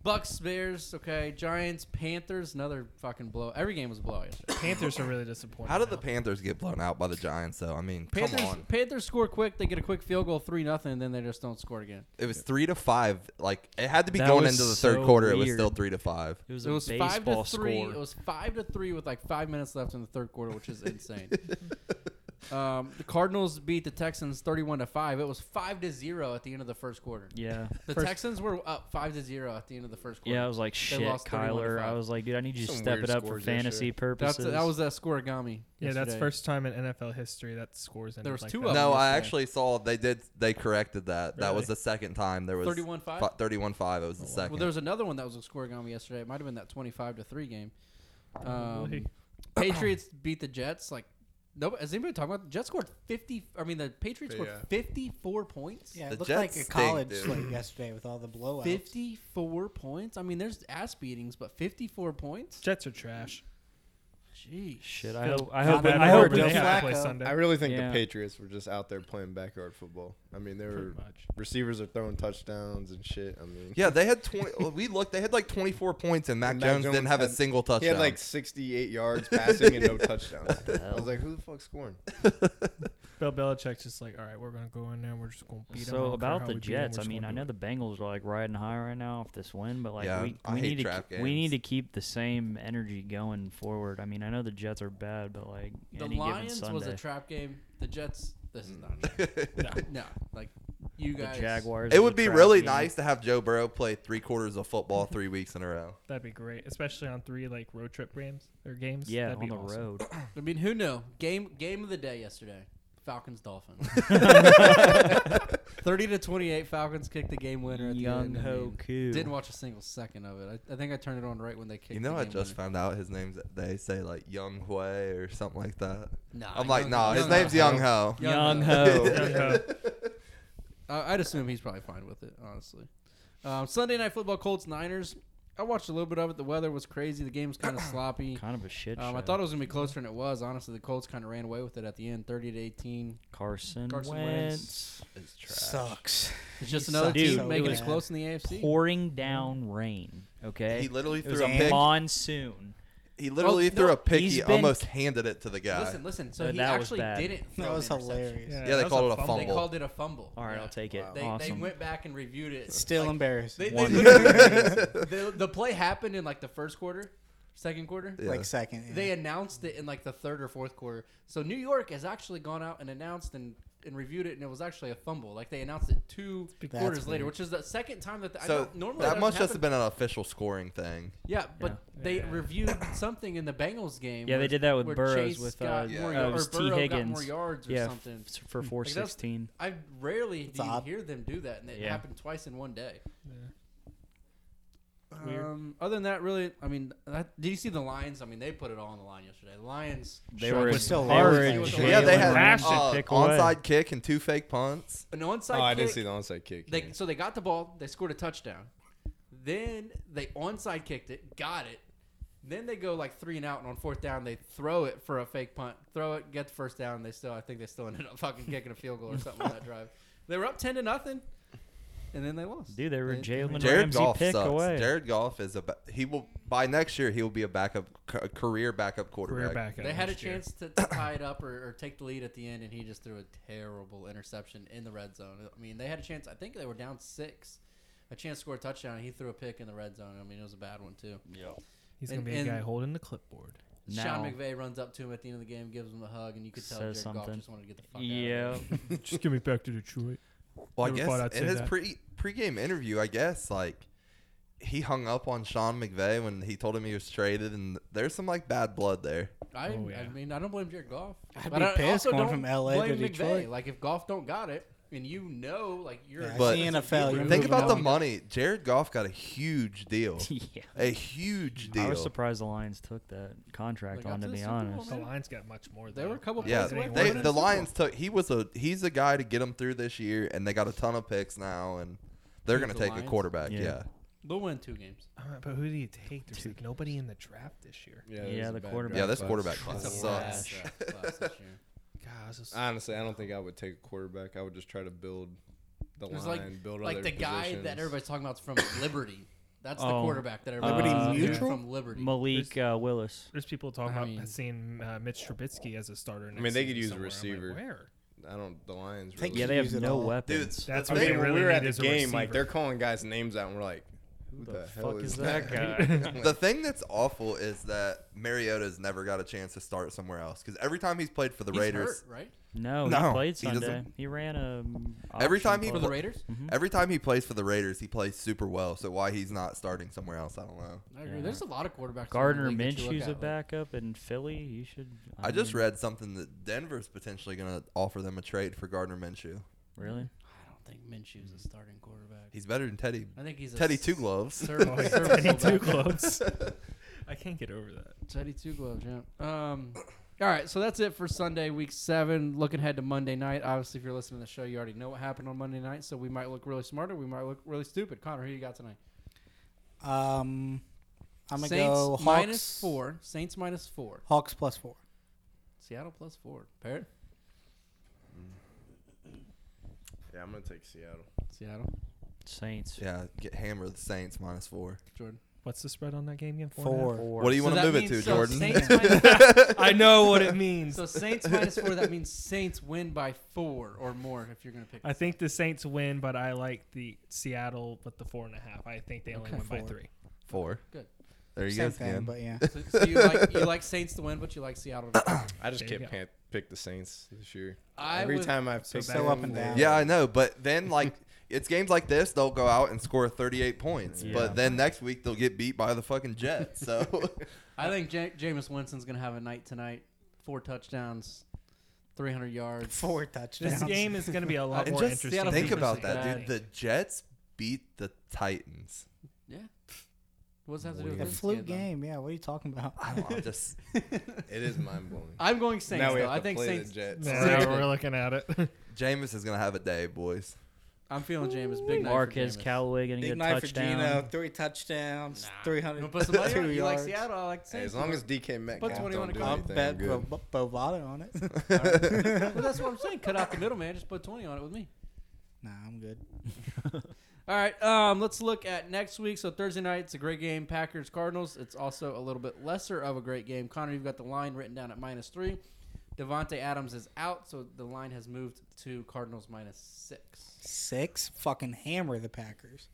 Bucks, Bears, okay. Giants, Panthers, another fucking blow. Every game was a blow yesterday. Panthers are really disappointing. How now. did the Panthers get blown out by the Giants? Though I mean, Panthers, come on, Panthers score quick. They get a quick field goal, three nothing, and then they just don't score again. it was three to five. Like it had to be That going was into the third so quarter. It was weird. still three to five. It was It a was five to baseball three. score. It was five to three with like five minutes left in the third quarter, which is insane. um, the Cardinals beat the Texans thirty-one to five. It was five to zero at the end of the first quarter. yeah. The First- Texans were up five to zero at the end of the first quarter. Yeah, I was like, shit, lost 31 to Kyler. I five. was like, dude, I need you to Some step weird it up for scores this year. fantasy That's purposes. that was that scoregami. Yeah, that's yesterday. first time in NFL history that scores. ended was like two that. of them. No, I yesterday. actually saw they did. They corrected that. That was Really? the second time there was 31-5? Thirty-one five. It was the second. Well, there was another one that was a scoregami yesterday. It might have been that twenty-five to three game. Um, Probably. Patriots beat the Jets. Like, no, has anybody talking about the Jets scored fifty? I mean, the Patriots scored Yeah. fifty-four points. Yeah, it The looked Jets like a stink, college dude. slate yesterday with all the blowouts. 54 points? I mean, there's ass beatings, but 54 points? Jets are trash. Jeez. shit. Feel I bad hope. I hope. for I them. hope. they Joe have to play Flacco. Sunday. I really think Yeah. the Patriots were just out there playing backyard football. I mean, they were Pretty much. receivers are throwing touchdowns and shit. I mean, yeah, they had twenty. well, we looked. They had like twenty-four points, and Mac, And Mac Jones, didn't Jones have a had- single touchdown. he had like 68 yards passing and no touchdowns. I was like, who the fuck's scoring? Bill Belichick's just like, all right, we're gonna go in there. We're just gonna beat them. So about the Jets, I mean, I know the Bengals are like riding high right now off this win, but like Yeah, we, I we hate need to trap keep, we need games. to keep the same energy going forward. I mean, I know the Jets are bad, but like The any given Lions Sunday, was a trap game. The Jets, this is Mm. not a trap. No, like, you the guys. Jaguars. it was would a be trap really game. nice to have Joe Burrow play three quarters of football three weeks in a row. that'd be great, especially on three like road trip games or games. Yeah, that'd on be the awesome. road. I mean, who knew? Game game of the day yesterday. Falcons Dolphins. 30 to 28, Falcons kicked the game winner at the Young end. I mean, Hoku. Didn't watch a single second of it. I, I think I turned it on right when they kicked You know, the I game just winner. found out his name's. They say like Young Hui or something like that. Nah, I'm like, Young- nah, his Ho. name's Young Ho. Young Young Ho. Ho. I I'd assume he's probably fine with it, honestly. Um, Sunday night football, Colts Niners. I watched a little bit of it. The weather was crazy. The game was kind of sloppy. kind of a shit show. Um, I thought it was gonna be closer than it was. Honestly, the Colts kind of ran away with it at the end, thirty to eighteen. Carson, Carson Wentz It's trash. sucks. It's just He another sucks team so making bad. it close in the AFC. pouring down rain. Okay, He literally was threw a a pick. monsoon. He literally threw no, a pick. he's He been- almost handed it to the guy. Listen, listen. So Uh, he that was actually bad. didn't. throw That was an interception. hilarious. Yeah, they that was called it a They fumble. called it a fumble. All right, Yeah. I'll take it. They, awesome. they went back and reviewed it. Still Like, embarrassed. They, they One. literally- the, the play happened in like the first quarter, second quarter. Yeah. Like second. Yeah. They announced it in like the third or fourth quarter. So New York has actually gone out and announced and, and reviewed it, and it was actually a fumble. Like they announced it two because- quarters That's later, weird. which is the second time that the, I so don't, normally that doesn't must just have happen. been an official scoring thing. yeah, but Yeah. they Yeah. reviewed something in the Bengals game. Yeah, they where- did that with where Burrows Chase with, got uh, more, Yeah. uh, or it was T. Burrow got Higgins. more yards or yeah, f- something. f- for four that's- sixteen. I rarely do you odd. hear them do that, and it Yeah. happened twice in one day. Weird. Um, other than that, really, I mean, that, did you see the Lions? I mean, they put it all on the line yesterday. The Lions, They showed were us in, still they were lost. in Oh, Yeah, jail yeah, they and had rash an it uh, pick away. onside kick and two fake punts. an onside. Oh, I didn't kick. see the onside kick. They, yeah. so they got the ball, they scored a touchdown. Then they onside kicked it, got it. Then they go like three and out, and on fourth down they throw it for a fake punt, throw it, get the first down. And they still, I think they still ended up fucking kicking a field goal or something on that drive. They were up ten to nothing, and then they lost. Dude, they were They- Jalen Jared Ramsey Goff pick sucks. away. Jared Goff is a ba- he will by next year he will be a backup ca- career backup quarterback. Career backup They had a next year. chance to, to tie it up or, or take the lead at the end, and he just threw a terrible interception in the red zone. I mean, they had a chance. I think they were down six, a chance to score a touchdown, and he threw a pick in the red zone. I mean, it was a bad one too. He's gonna And- be a and- guy holding the clipboard. Now- Sean McVay runs up to him at the end of the game, gives him a hug, and you could tell Jared Says Goff something. just wanted to get the fuck out. Yeah, of just give me back to Detroit. Well, I Never thought guess I'd in say his that. pre pregame interview, I guess like he hung up on Sean McVay when he told him he was traded, and there's some like bad blood there. there. I, Oh, I yeah. mean, I don't blame Jared Goff. I'd But be I pissed also going from don't LA to blame McVay. Detroit. Like if Goff don't got it, and you know, like you're Yeah, But- it's the NFL. You're Think moving about the on. money. Jared Goff got a huge deal, yeah. a huge I was deal. surprised the Lions took that contract They got on. to To the be Super Bowl, honest, The Lions got much more. They were a couple Yeah, They they, won it. the Lions took. He was a he's a guy to get him through this year, and they got a ton of picks now, and they're Who's gonna the take a Lions? quarterback. Yeah. yeah. They'll win two games. But who do you take? There's like nobody in the draft this year. Yeah, Yeah, it was a the bad quarterback Yeah, draft this class. quarterback It's class a sucks. trash class this year. God, this is- Uh, Honestly, I don't think I would take a quarterback. I would just try to build the It was line, like build like other the guy that positions. everybody's talking about from Liberty. That's the Oh. uh, quarterback that I Liberty remember Mutual? from Liberty. Malik uh, Willis. There's people talking I about mean- seeing uh, Mitch Trubisky as a starter. Next mean, they season could use a somewhere. I'm like, receiver. where? I don't. The Lions. Take- Really. Yeah, they have use it no all. weapons. Dude, That's I what mean, they when really we were at need the is a game, like receiver. they're calling guys names out, and we're like, "Who the, the hell fuck is is that guy? Like, The thing that's awful is that Mariota's never got a chance to start somewhere else because every time he's played for the He's Raiders, hurt, right? No, No, he played he Sunday. doesn't. He, ran um, a. Every time he For the pl- Raiders, every time he plays for the Raiders, he plays super well. So why he's not starting somewhere else, I don't know. I agree. Yeah. There's a lot of quarterbacks. in the Gardner league that you look Minshew's at, a like, backup in Philly. You should. I just Mm-hmm. mean, read something that Denver's potentially going to offer them a trade for Gardner Minshew. Really? I don't think Minshew's a starting quarterback. He's better than Teddy. I think he's a Teddy s- Two Gloves. serv- Oh, yeah, serviceable Teddy Two backup. Gloves. I can't get over that. Teddy Two Gloves, yeah. Um, all right, so that's it for Sunday, Week Seven. Looking ahead to Monday night. Obviously, if you're listening to the show, you already know what happened on Monday night. So we might look really smart or we might look really stupid. Connor, who you got tonight? Um, I'm gonna Saints go Hawks minus four. Saints minus four. Hawks plus four. Seattle plus four. Parrot. Yeah, I'm gonna take Seattle. Seattle. Saints. yeah, get hammer the Saints minus four. Jordan. What's the spread on that game again? and a half? Four. What do you So want that to move it means- to, so Jordan? Saints minus- I know what it means. so Saints minus four. That means Saints win by four or more if you're gonna pick. I think the Saints win, but I like the Seattle with the four and a half. I think they only Okay. win by Four. three. Four. Good. There you go. Same thing, again. but yeah. So, so you like you like Saints to win, but you like Seattle. to win. I just There you can't go. pan- pick the Saints this year. I Every would- time I've picked so them, up and down. Yeah, I know, but then like it's games like this, they'll go out and score 38 points, Yeah. but then next week they'll get beat by the fucking Jets. So I think ja- Jameis Winston's gonna have a night tonight. Four touchdowns, 300 yards. Four touchdowns. This game is going to be a lot And more just interesting. Seattle than think defense about is that, dude. bad. The Jets beat the Titans. Yeah. What's that have to do with a this fluke though? game. Yeah. What are you talking about? I don't know, I'm just It is mind blowing. I'm going Saints Now we though. have to I think play Saints. the Jets. Yeah, we're looking at it. Jameis is gonna have a day, boys. I'm feeling Jameis. Big night Marquez for Jameis. Callaway going to Big get a night touchdown. for Gino. Three touchdowns. Nah. Three You hundred. wanna put some money on it? You like Seattle? I like Hey, Saints. as long as DK Metcalf Put 21 don't do o'clock. I'll anything, I'm bet good. Bo- Bo- Bovada on it. well, that's what I'm saying. Cut out the middle man. Just put 20 on it with me. nah, I'm good. All right, um, let's look at next week. So Thursday night, it's a great game, Packers Cardinals. It's also a little bit lesser of a great game. Connor, you've got the line written down at minus three. Devonte Adams is out, so the line has moved to Cardinals minus six. Six. Fucking hammer the Packers.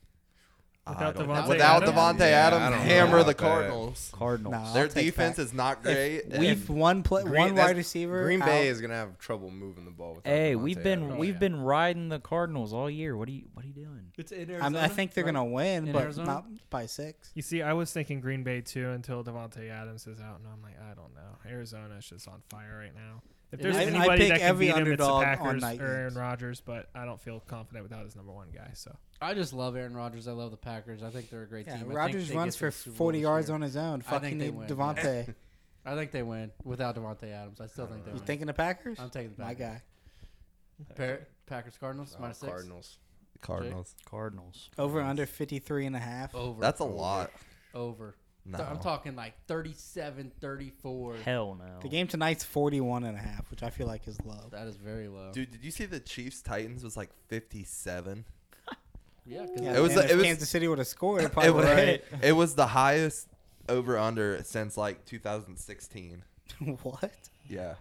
I Without don't- Devontae without Adams? Devontae Yeah, I Adams, don't know hammer about the that. Cardinals. Cardinals. Nah. Their I'll take defense that. is not great. We've one play, Green- one that's- wide receiver. Green Bay out. is gonna have trouble moving the ball. without Hey, Devontae we've been Adams. we've yeah. been riding the Cardinals all year. What are you What are you doing? It's in I, mean, I think they're gonna win, In but Arizona? not by six. you see, I was thinking Green Bay too until Devontae Adams is out, and I'm like, I don't know. Arizona's just on fire right now. If Yeah. there's I- I anybody pick that can every beat him, it's the underdog on Packers night or Aaron games. Rodgers, but I don't feel confident without his number one guy. So I just love Aaron Rodgers. I love the Packers. I think they're a great Yeah, team. I think Rodgers they get runs to for the Super Bowl 40 this yards year. on his own. I think Fucking they win, yeah. Devontae. I think they win without Devonte Adams. I still think they you win. thinking the Packers? I'm taking the My Packers. guy. Parrot, Packers Cardinals Oh, minus six. Cardinals. Cardinals. Cardinals. Over under 53 and a half. Over. That's a lot. over. No. I'm talking like 37, 34. Hell no. The game tonight's 41 and a half, which I feel like is low. That is very Oh. low. Dude, did you see the Chiefs Titans was like 57? Yeah, because Yeah, It was- and if it was- Kansas City would have scored, it probably It would was, have hit. it was the highest over under since like 2016. what? Yeah.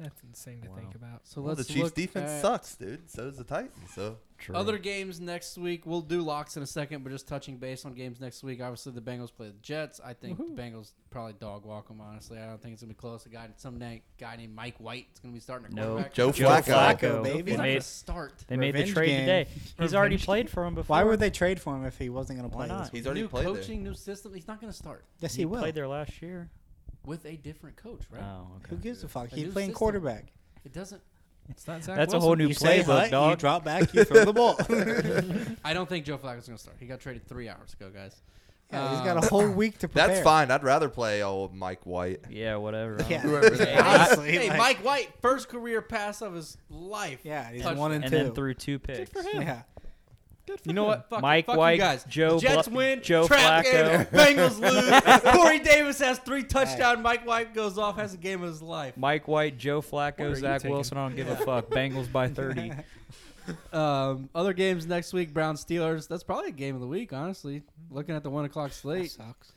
that's insane to Wow. think about. So Well, let's the Chiefs look defense at sucks, dude. So does the Titans. So True. Other games next week. We'll do locks in a second, but just touching base on games next week. Obviously, the Bengals play the Jets. I think the Bengals probably dog walk them. Honestly, I don't think it's gonna be close. A guy, some na- guy named Mike White is gonna be starting. A No. quarterback. Joe Joe Flacco. Flacco, They baby. He's not gonna made, start. they made the Revenge trade game. today. He's already Revenge played for him before. Why would they trade for him if he wasn't going to Why play this not? week? he's already new played there. coaching, new system. He's not gonna start Yes, he, he will. played there last year. with a different coach, right? Oh, okay. Who gives a fuck? A He's new playing system. quarterback. It doesn't. It's not Zach That's a Wilson. whole new You say playbook, hut, you dog. drop back, you throw the ball. I don't think Joe Flacco's gonna start. He got traded three hours ago, guys. Yeah, he's Uh, got a whole week to prepare. That's fine. I'd rather play old Mike White. Yeah, whatever. I don't Yeah. know. Honestly, hey, like- Mike White, first career pass of his life. Yeah, he's Touchdown. one and, And two. then threw two picks. Yeah. You know what? Fuck, Mike fuck White, you guys. Joe Jets Bla- win. Joe trap game, Flacco. Bengals lose. Corey Davis has three touchdown. Mike White goes off, has a game of his life. Mike White, Joe Where are Flacco, you Zach taking- Wilson. I don't give a fuck. Bengals by 30. Um, other games next week: Brown Steelers. That's probably a game of the week, honestly. Looking at the one o'clock That slate, sucks.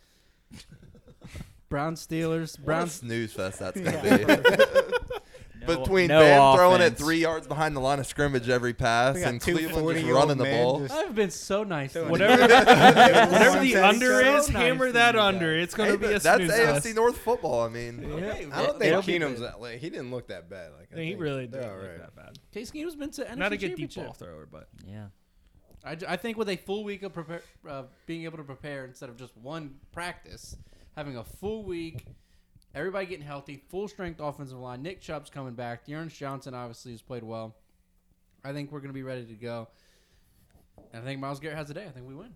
Brown Steelers. Brown Brown. snooze fest that's Yeah. gonna be. Between no Ben throwing it offense. three yards behind the line of scrimmage every pass We got and two Cleveland just 40-year-old running the men ball. just- I've been so nice. Don't- Whatever, whatever the Sunset under Show. is, So nice hammer to that you guys. under. It's going to Hey, be a but that's snooze AFC fest. North football. I mean, Okay, I don't it'll think be Keenum's good. that late. He didn't look that bad. Like I He think really they're did all right. that bad. Case Keenum's been to NFC Not a good deep Championship. ball thrower, but Yeah. I, ju- I think with a full week of prepare, uh, being able to prepare instead of just one practice, having a full week, everybody getting healthy, full strength offensive line. Nick Chubb's coming back. Dearness Johnson obviously has played well. I think we're going to be ready to go. And I think Miles Garrett has a day. I think we win.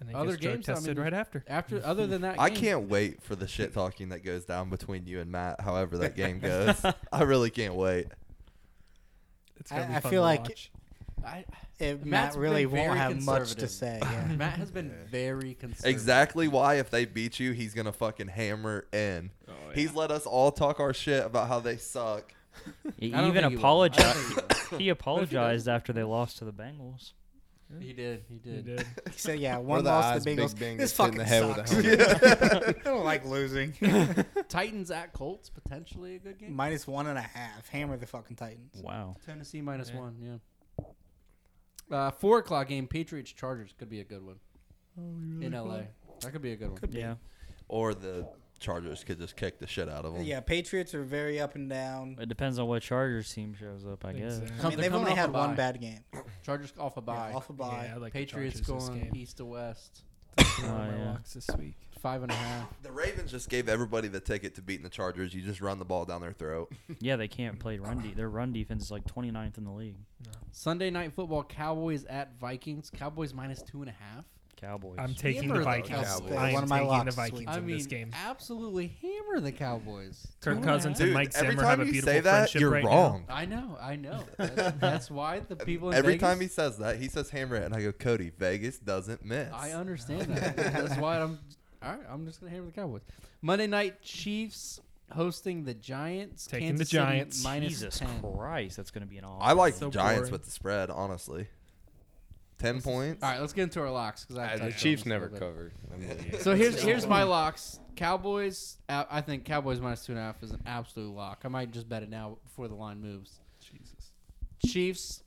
and they Other other games games, I mean- tested right after. After other than that, I game- can't wait for the shit talking that goes down between you and Matt. However that game goes, I really can't wait. It's gonna I- be I fun feel to like- watch. I, It, Matt's Matt really been won't very have much to conservative. say. Yeah. Matt has been very conservative. Exactly why if they beat you, he's gonna fucking hammer in. Oh, He's let us all talk our shit about how they suck. He I don't E- even think he will. I don't apologized. think he He apologized after they lost to the Bengals. will. He did. He did. He did. He said, yeah, one the loss eyes, to the Big Bengals. Bang this gets hit in fucking the head with a sucks. I helmet. don't like losing. Titans at Colts potentially a good game. Minus one and a half. Hammer the fucking Titans. Wow. Tennessee minus one, yeah. Uh, four o'clock game, Patriots Chargers could be a good one in LA. That could be a good one. Yeah. Or the Chargers could just kick the shit out of them. Yeah, Patriots are very up and down. It depends on what Chargers team shows up, I guess. Exactly. I mean, They're they've coming only off had a bye. one bad game. Chargers off a bye. Yeah, off a bye. Yeah, I like the Patriots Chargers this going game. east to west, They're on Oh, my yeah. walks this week. five and a half. The Ravens just gave everybody the ticket to beating the Chargers. You just run the ball down their throat. Yeah, they can't play run. De- their run defense is like 29th in the league. Sunday night football, Cowboys at Vikings. Cowboys minus two and a half. Cowboys. I'm taking Hammer the the Vikings. Cowboys. I am One of my taking the locks this Vikings week. I in mean, this game. absolutely hammer the Cowboys. Two Kirk and a half. Cousins Dude, and Mike every Zimmer time have a you beautiful say that, friendship you're right now. wrong. I know, I know. That's, that's why the people in Every Vegas- time he says that, he says hammer it, and I go, Cody, Vegas doesn't miss. I understand that. That's why I'm. All right, I'm just gonna hammer the Cowboys. Monday night, Chiefs hosting the Giants. Taking Kansas the City Giants. minus Jesus 10. All Christ, that's going to be an awful. I like So the Giants boring. with the spread, honestly. Ten points. right, let's get into our locks because I Uh, the Chiefs never covered. I mean, So here's here's my locks. Cowboys. uh, I think Cowboys minus two and a half is an absolute lock. I might just bet it now before the line moves. Jesus. Chiefs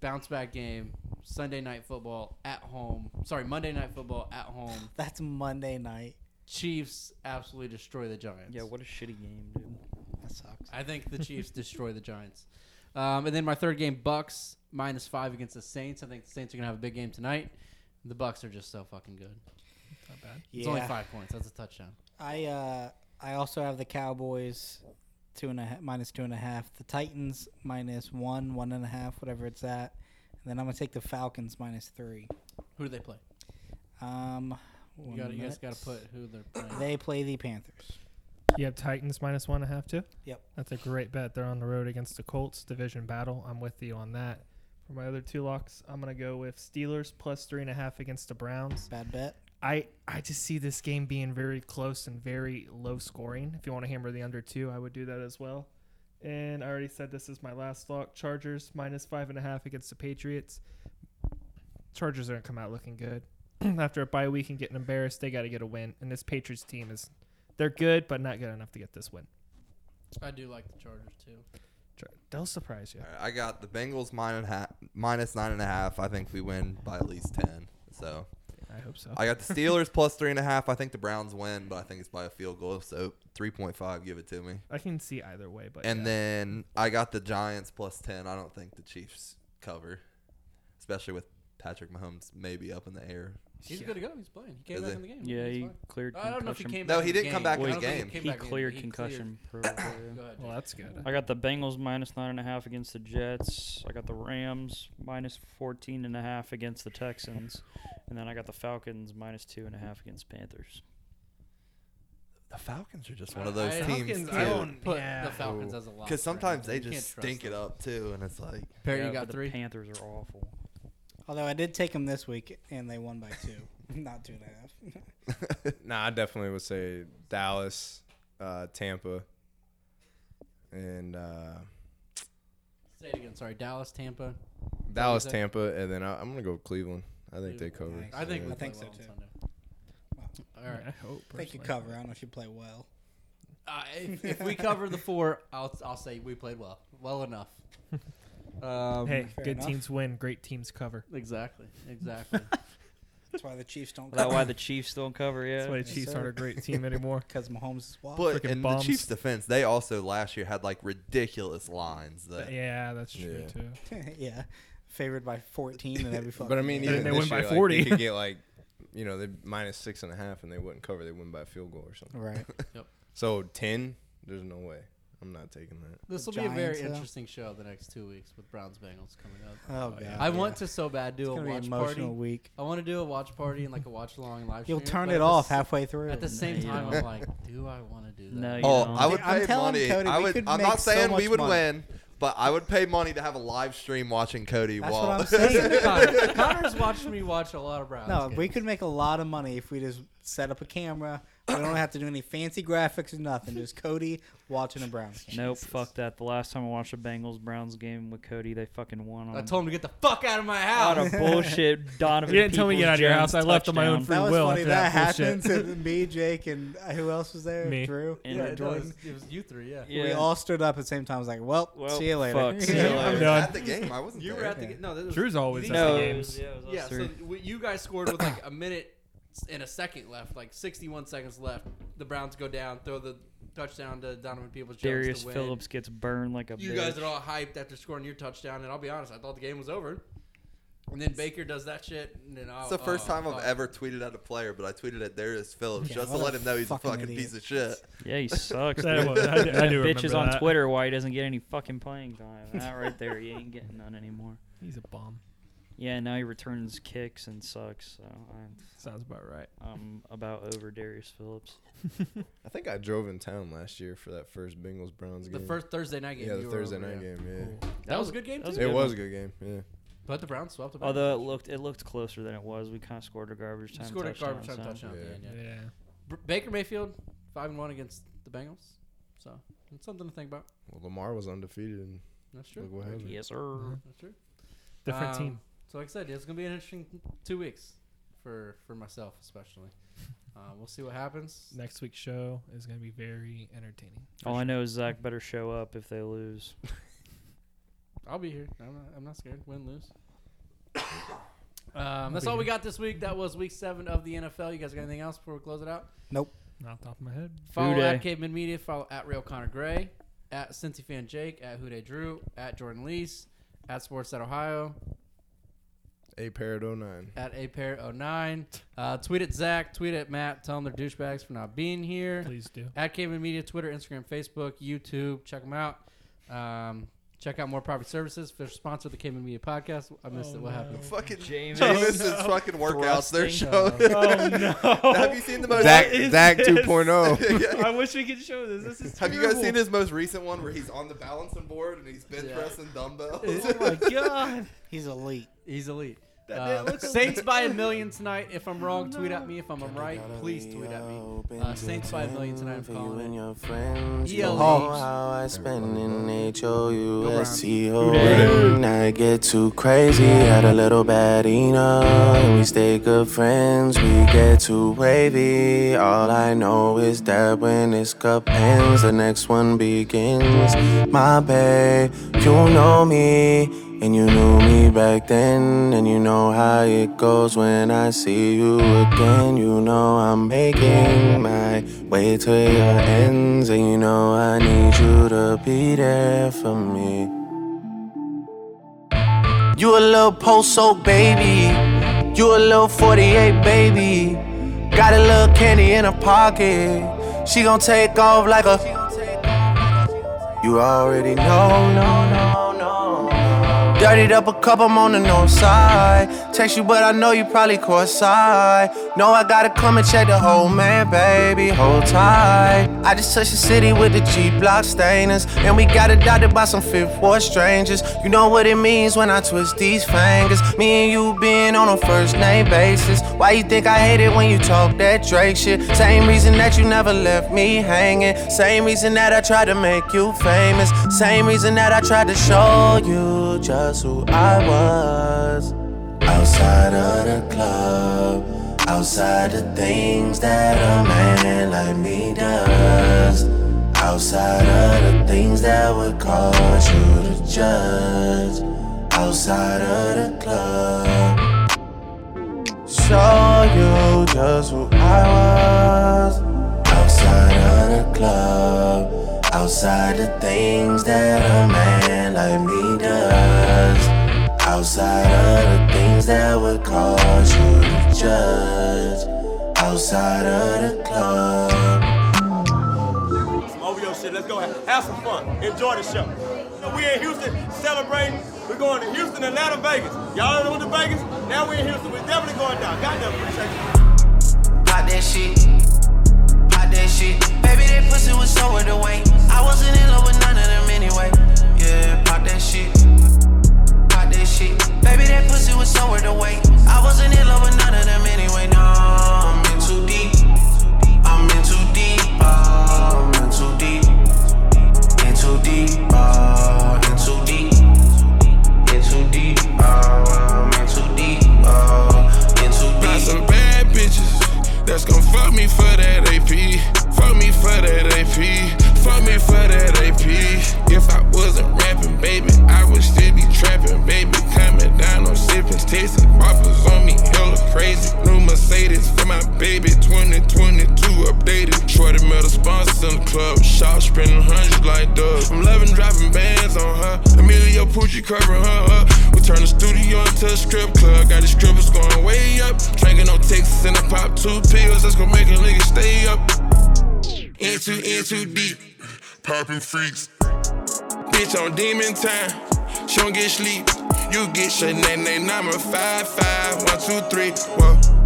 bounce back game. Sunday night football at home. Sorry, Monday night football at home. That's Monday night. Chiefs absolutely destroy the Giants. Yeah, what a shitty game, dude. That sucks. I think the Chiefs destroy the Giants. Um, and then my third game, Bucks minus five against the Saints. I think the Saints are gonna have a big game tonight. The Bucks are just so fucking good. Not bad. Yeah. It's only five points. That's a touchdown. I uh, I also have the Cowboys two and a half, minus two and a half. The Titans minus one, one and a half, whatever it's at. And then I'm gonna take the Falcons minus three. Who do they play? Um, You, one gotta, you guys got minute. to put who they're playing. They play the Panthers. You have Titans minus one and a half too. Yep. That's a great bet. They're on the road against the Colts division battle. I'm with you on that. For my other two locks, I'm gonna go with Steelers plus three and a half against the Browns. Bad bet. I I just see this game being very close and very low scoring. If you want to hammer the under two, I would do that as well. And I already said this is my last lock. Chargers minus five and a half against the Patriots. Chargers aren't come out looking good after a bye week and getting embarrassed. They got to get a win, and this Patriots team is they're good but not good enough to get this win. I do like the Chargers too. Char- They'll surprise you. All right, I got the Bengals minus, ha- minus nine and a half. I think we win by at least ten. So I hope so. I got the Steelers plus three and a half. I think the Browns win, but I think it's by a field goal. So three point five, give it to me. I can see either way, but And yeah. then I got the Giants plus ten. I don't think the Chiefs cover, especially with Patrick Mahomes maybe up in the air. He's Yeah. good to go. He's playing. He came Is back he? in the game. Yeah, He's he fine. cleared I don't know if he concussion- came. No, back he in the didn't come back I in don't the think game. came he back in. cleared He concussion protocol, Go yeah. ahead, well, Jake. that's good. I got the Bengals minus nine and a half against the Jets. I got the Rams minus 14 and a half against the Texans. And then I got the Falcons minus two and a half against Panthers. The Falcons are just one of those I- teams Falcons, I too. don't- Put Yeah. the Falcons as a lock. Because sometimes they You can't just trust stink them. it up too, and it's like Perry, you Yeah, got but three. The Panthers are awful. Although I did take them this week and they won by two, not two and a half. nah, I definitely would say Dallas, uh, Tampa, and uh, Say it again. Sorry, Dallas, Tampa. Dallas, Is that- Tampa, and then I, I'm gonna go Cleveland. I think they cover. Nice. I think Yeah. we I think play so, well too. on Sunday. All right. I hope. I think you personally. cover. I don't know if you play well. Uh, if, if we cover the four, I'll I'll say we played well, well enough. Um, Hey, Fair good enough. teams win. Great teams cover. Exactly. Exactly. That's why the Chiefs don't. Is that why the Chiefs don't cover? Yeah. That's why the Yes, Chiefs sir. aren't a great team anymore. Because Mahomes is wild. But Freaking in bombs. the Chiefs' defense, they also last year had like ridiculous lines that yeah, that's true Yeah. too. yeah, favored by 14 and every fucking. But I mean, game. even they this win by year, like, 40. they could get like, you know, they minus six and a half, and they wouldn't cover. They win by a field goal or something. right. So ten, there's no way. I'm not taking that. this will be a very Giants, uh, interesting show the next two weeks with Browns Bengals coming up. Oh god. I want to so bad do It's a gonna be an watch emotional party. week. I want to do a watch party and like a watch along live. You'll stream, turn but it at off the, s- halfway through. At the same you time, don't. I'm like, do I want to do that? No, you Oh, know. I would See, pay I'm telling money. Cody, I we would. could I'm make not so saying much we would money. win, but I would pay money to have a live stream watching Cody That's while. what I'm That's saying. what Connor- Connor's watched me watch a lot of Browns. No, games. we could make a lot of money if we just set up a camera. We don't have to do any fancy graphics or nothing. Just Cody watching a Browns game. Nope, fuck that. The last time I watched a Bengals Browns game with Cody, they fucking won on I told him to get the fuck out of my out house. of bullshit. Donovan. You didn't tell me to get out of your Peoples-Jones house. I left on my own touchdown. free That was will funny. after that, That, bullshit. happened to me, Jake, and uh, who else was there? Me. Drew. And yeah, yeah, it Jordan. was, it was you three. Yeah. Yeah. We all stood up at the same time. I was like, well, Well, see you later. fuck, see you Yeah. later. I was done. at the game. I wasn't You there. were at the game. No, this was Drew's always these- at the no. game. games. Yeah, it was us Yeah, three. so w- you guys scored with like a minute and a second left, like 61 seconds left. The Browns go down, throw the touchdown to Donovan Peoples Jones Darius to win. Phillips gets burned like a You bitch. guys are all hyped after scoring your touchdown, and I'll be honest, I thought the game was over. And then Baker does that shit, and then I'll, It's the first oh, time I've fuck. ever tweeted at a player, but I tweeted at Darius Phillips Yeah, just to what a let him know he's fucking a fucking idiot. piece of shit. Yeah, he sucks. That dude. was- I do- I That do bitch is remember on that. Twitter why he doesn't get any fucking playing time. That right there, he ain't getting none anymore. He's a bomb. Yeah, now he returns kicks and sucks. So I'm, Sounds about right. I'm about over Darius Phillips. I think I drove in town last year for that first Bengals Browns The game. first Thursday night game. yeah, the you were Thursday over, night yeah. game. Yeah, That, was a good game, that was too. a it good was one. a good game. Yeah, But the Browns swept the Browns. Although it looked it looked closer than it was. We kind of scored a garbage time scored a touchdown. garbage time so- touchdown. at the Yeah. end, Yeah. yeah. B- Baker Mayfield, 5 and 1 against the Bengals. So, it's something to think about. well, Lamar was undefeated, and That's true. look what happened. Yes, Mm-hmm. sir. Uh-huh. That's true. Different Um, team. So like I said, it's gonna be an interesting two weeks for for myself especially. Uh, we'll see what happens. Next week's show is going to be very entertaining. All I know is Zach better show up if they lose. I'll be here. I'm not, I'm not scared. Win lose. Um, that's all we got this week. That was week seven of the NFL. You guys got anything else before we close it out? Not off the top of my head. Follow Day. at Caveman Media. Follow at Real Connor Gray, at Cincy Fan Jake, at Hude Drew, at Jordan Lease, at Sports at Ohio, A pair at 09. at A Pair 09. Uh, tweet at Zach. Tweet at Matt. Tell them they're douchebags for not being here. Please do. at Caveman Media, Twitter, Instagram, Facebook, YouTube. Check them out. Um, check out more property services. They're sponsored the Caveman Media podcast. I missed Oh, it. What happened? no. Fucking Jameis. Oh, Jameis's fucking workouts. They're Thrusting. showing. Oh, Have you seen the Oh. most? Zach, is Zach oh. this? 2.0. I wish we could show this. This is Have you guys seen his most recent one where he's on the balancing board and he's bench Yeah. pressing dumbbells? Oh, my god. He's elite. He's elite. That Uh, didn't look Saints by a million tonight. If I'm Oh, wrong, tweet at me. If I'm right, please tweet at me. Uh, Saints by a million tonight. I'm calling it. ELE. How I spend in H O U S T O Who N. I get too crazy, had a little bad enough. We stay good friends, we get too wavy. All I know is that when this cup ends, the next one begins. My babe, you know me. And you knew me back then, and you know how it goes when I see you again. You know I'm making my way to your ends, and you know I need you to be there for me. You a little post-so baby, you a little 48 baby. Got a little candy in her pocket, she gon' take off like a. You already know, no, no, no. Dirtied up a cup, I'm on the north side. Text you, but I know you probably caught side. No, I gotta come and check the whole man, baby. Hold tight. I just touched the city with the G block stainers. And we got adopted by some fifth war strangers. You know what it means when I twist these fingers. Me and you being on a first name basis. Why you think I hate it when you talk that Drake shit? Same reason that you never left me hanging. Same reason that I tried to make you famous. Same reason that I tried to show you just who I was. Outside of the club, outside the things that a man like me does. Outside of the things that would cause you to judge. Outside of the club, show you just who I was. Outside of the club, outside the things that a man like me does. Outside of the things that would cause you to judge. Outside of the club. some OVO shit. Let's go have, have some fun. Enjoy the show. So we in Houston celebrating. We're going to Houston, Atlanta, Vegas. Y'all know what to Vegas? Now we're in Houston. We're definitely going down. Goddamn, appreciate you. Pop that shit. Pop that shit. Baby, that pussy was so worth the wait. I wasn't in love with none of them anyway. Yeah, pop that shit. Pop that shit. Baby, that pussy was so worth the wait. I wasn't in love with none of them anyway. No, I'm in too deep. I'm in too deep. Oh, I'm in too deep. In too deep. Oh, in too deep. In too deep. Oh, I'm in too deep. Oh, in too Got deep. some bad bitches that's gon' fuck me for that AP. Fuck me for that AP. Fuck me for that AP. If I wasn't rapping, baby, I would still be trapping, baby. Coming down on sippin', tasting boppers on me, hella crazy. New Mercedes for my baby, 2022 updated. Shorty met a sponsor in the club, shop spending hundreds like dubs. I'm loving dropping bands on her. Emilio Pucci covering her up. We turn the studio into a strip club. Got these strippers going way up. Drinking on Texas and I pop two pills. That's gonna make a nigga stay up. Into, into deep. Popping freaks. Bitch on demon time. She don't get sleep. You get shit, name, name, number five, five, one, two, three, whoa. uh, uh,